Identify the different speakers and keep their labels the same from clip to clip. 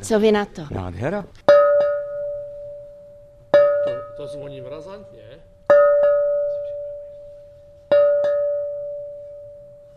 Speaker 1: Co vy na to?
Speaker 2: Nádhera.
Speaker 3: To, to zvoním razantně.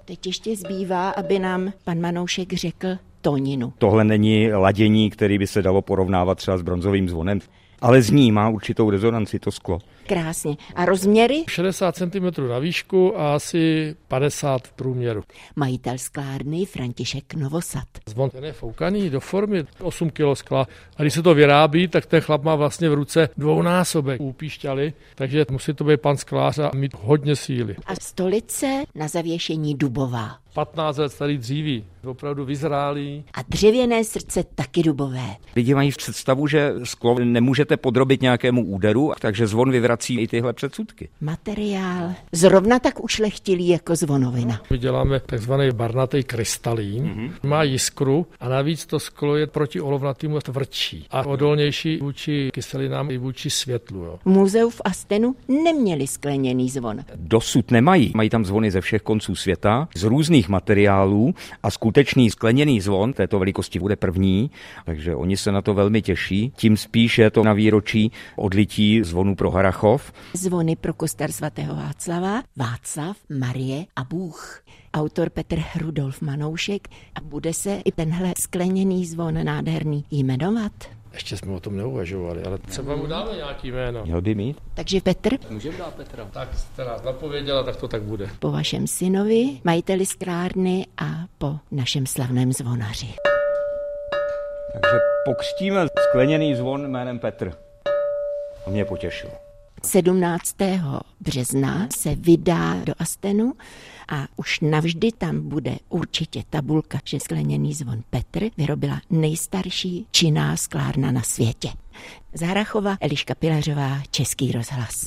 Speaker 1: Teď ještě zbývá, aby nám pan Manoušek řekl toninu.
Speaker 2: Tohle není ladění, který by se dalo porovnávat třeba s bronzovým zvonem, ale z ní má určitou rezonanci to sklo.
Speaker 1: Krásně. A rozměry?
Speaker 3: 60 cm na výšku a asi 50 v průměru.
Speaker 1: Majitel sklárny František Novosad.
Speaker 3: Zvon ten je foukaný do formy 8 kg skla. A když se to vyrábí, tak ten chlap má vlastně v ruce dvounásobek úpíšťaly, takže musí to být pan sklář a mít hodně síly.
Speaker 1: A stolice na zavěšení dubová.
Speaker 3: 15 let starý dříví, opravdu vyzrálý.
Speaker 1: A dřevěné srdce taky dubové.
Speaker 2: Lidi mají představu, že sklo nemůžete podrobit nějakému úderu, takže zvon vyvrací i tyhle předsudky.
Speaker 1: Materiál zrovna tak ušlechtilý jako zvonovina.
Speaker 3: My děláme takzvaný barnatý krystalín, mm-hmm. má jiskru a navíc to sklo je proti olovnatýmu tvrdší a odolnější vůči kyselinám i vůči světlu. Jo.
Speaker 1: V muzeu v Astenu neměli skleněný zvon.
Speaker 2: Dosud nemají. Mají tam zvony ze všech konců světa, z různých materiálů a skutečný skleněný zvon této velikosti bude první, takže oni se na to velmi těší. Tím spíše to na výročí odlití zvonu pro Harachov.
Speaker 1: Zvony pro kostel svatého Václava, Václav, Marie a Bůh. Autor Petr Rudolf Manoušek a bude se i tenhle skleněný zvon nádherný jmenovat.
Speaker 3: Ještě jsme o tom neuvažovali, ale třeba mu dáme nějaký jméno.
Speaker 2: Měl by mít.
Speaker 1: Takže Petr,
Speaker 3: Tak jste nás napověděla, tak to tak bude.
Speaker 1: po vašem synovi, majiteli sklárny a po našem slavném zvonaři.
Speaker 2: Takže pokřtíme skleněný zvon jménem Petr. To mě potěšilo.
Speaker 1: 17. března se vydá do Astenu a už navždy tam bude určitě tabulka, že skleněný zvon Petr vyrobila nejstarší činná sklárna na světě. Zahrachova Eliška Pilařová, Český rozhlas.